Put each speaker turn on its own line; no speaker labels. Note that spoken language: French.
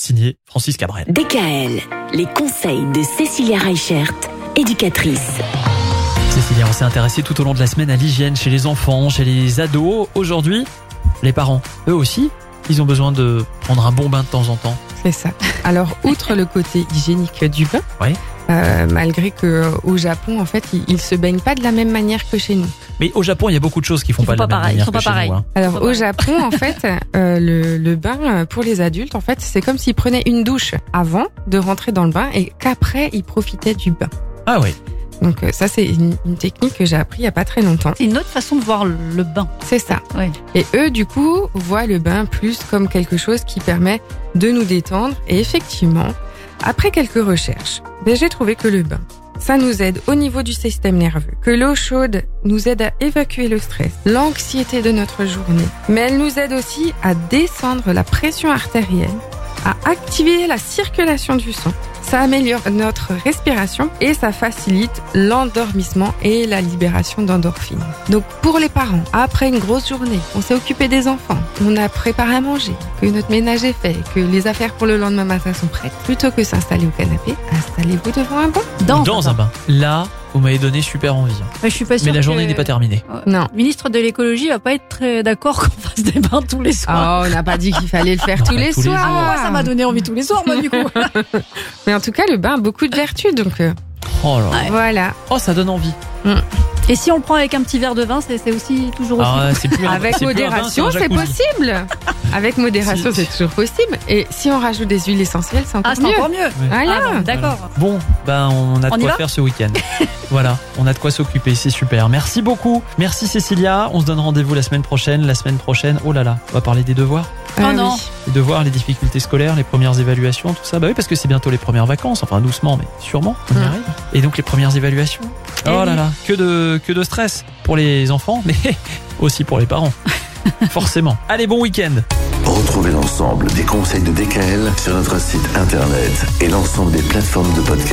signé Francis Cabrel.
DKL, les conseils de Cécilia Reichert, éducatrice.
Cécilia, on s'est intéressé tout au long de la semaine à l'hygiène chez les enfants, chez les ados. Aujourd'hui, les parents, eux aussi, ils ont besoin de prendre un bon bain de temps en temps.
C'est ça. Alors, outre le côté hygiénique du bain,
Oui.
euh, malgré que euh, au Japon, en fait, ils, ils se baignent pas de la même manière que chez nous.
Mais au Japon, il y a beaucoup de choses qui font
Ils
pas,
font
de la
pas
même
pareil,
manière
ils font
que
pas
chez nous,
pareil.
hein.
Alors,
Pas
au
mal.
Japon, en fait, euh, le, le bain euh, pour les adultes, en fait, c'est comme s'ils prenaient une douche avant de rentrer dans le bain et qu'après, ils profitaient du bain.
Ah oui.
Donc, euh, ça, c'est une, une technique que j'ai appris il y a pas très longtemps.
C'est une autre façon de voir le- le bain.
C'est ça.
Ouais.
Et eux, du coup, voient le bain plus comme quelque chose qui permet de nous détendre. Et effectivement, après quelques recherches, ben, j'ai trouvé que le bain, ça nous aide au niveau du système nerveux, que l'eau chaude nous aide à évacuer le stress, l'anxiété de notre journée, mais elle nous aide aussi à descendre la pression artérielle, à activer la circulation du sang. Ça améliore notre respiration et ça facilite l'endormissement et la libération d'endorphines. Donc pour les parents, après une grosse journée, on s'est occupé des enfants, on a préparé à manger, que notre ménage est fait, que les affaires pour le lendemain matin sont prêtes, plutôt que s'installer au canapé, installez-vous devant un banc.
Dans,
Dans
un
un bain. Là, vous m'avez donné super envie.
bain. Mais je suis pas sûre
Mais la journée
que-
n'est pas terminée.
Non.
Le ministre de l'écologie va pas être très d'accord qu'on fasse des bains tous les soirs.
Oh, on n'a pas dit qu'il fallait le faire
Non,
tous
pas
les
bah, tous les
soirs.
Ah, moi, ça m'a donné envie tous les soirs, moi, du coup.
Mais en tout cas, le bain a beaucoup de vertus, donc euh,
Oh là. là.
Ouais.
voilà.
Oh, ça donne envie.
Et si on le prend avec un petit verre de vin, c'est c'est aussi toujours aussi.
Ah, ouais, c'est plus un-
Avec
c'est plus un bain,
modération,
un
c'est
jacuzzi.
possible. Avec modération,
Si.
c'est toujours possible. Et si on rajoute des huiles essentielles, c'est encore
Ah, c'est
mieux.
encore mieux.
Voilà.
Ah bon, d'accord.
Bon, ben on a de
On y
quoi
va
faire ce week-end. voilà, on a de quoi s'occuper, c'est super. Merci beaucoup. Merci Cécilia. On se donne rendez-vous la semaine prochaine. La semaine prochaine, oh là là, on va parler des devoirs.
Oh
Ah oui.
non.
Les devoirs, les difficultés scolaires, les premières évaluations, tout ça. Bah oui, parce que c'est bientôt les premières vacances, enfin doucement, mais sûrement, on y
Mm.
arrive. Et donc les premières évaluations.
Mmh. Eh
Oh
oui.
là là, que de, que de stress pour les enfants, mais aussi pour les parents. Forcément. Allez, bon week-end.
Retrouvez l'ensemble des conseils de DKL sur notre site internet et l'ensemble des plateformes de podcast.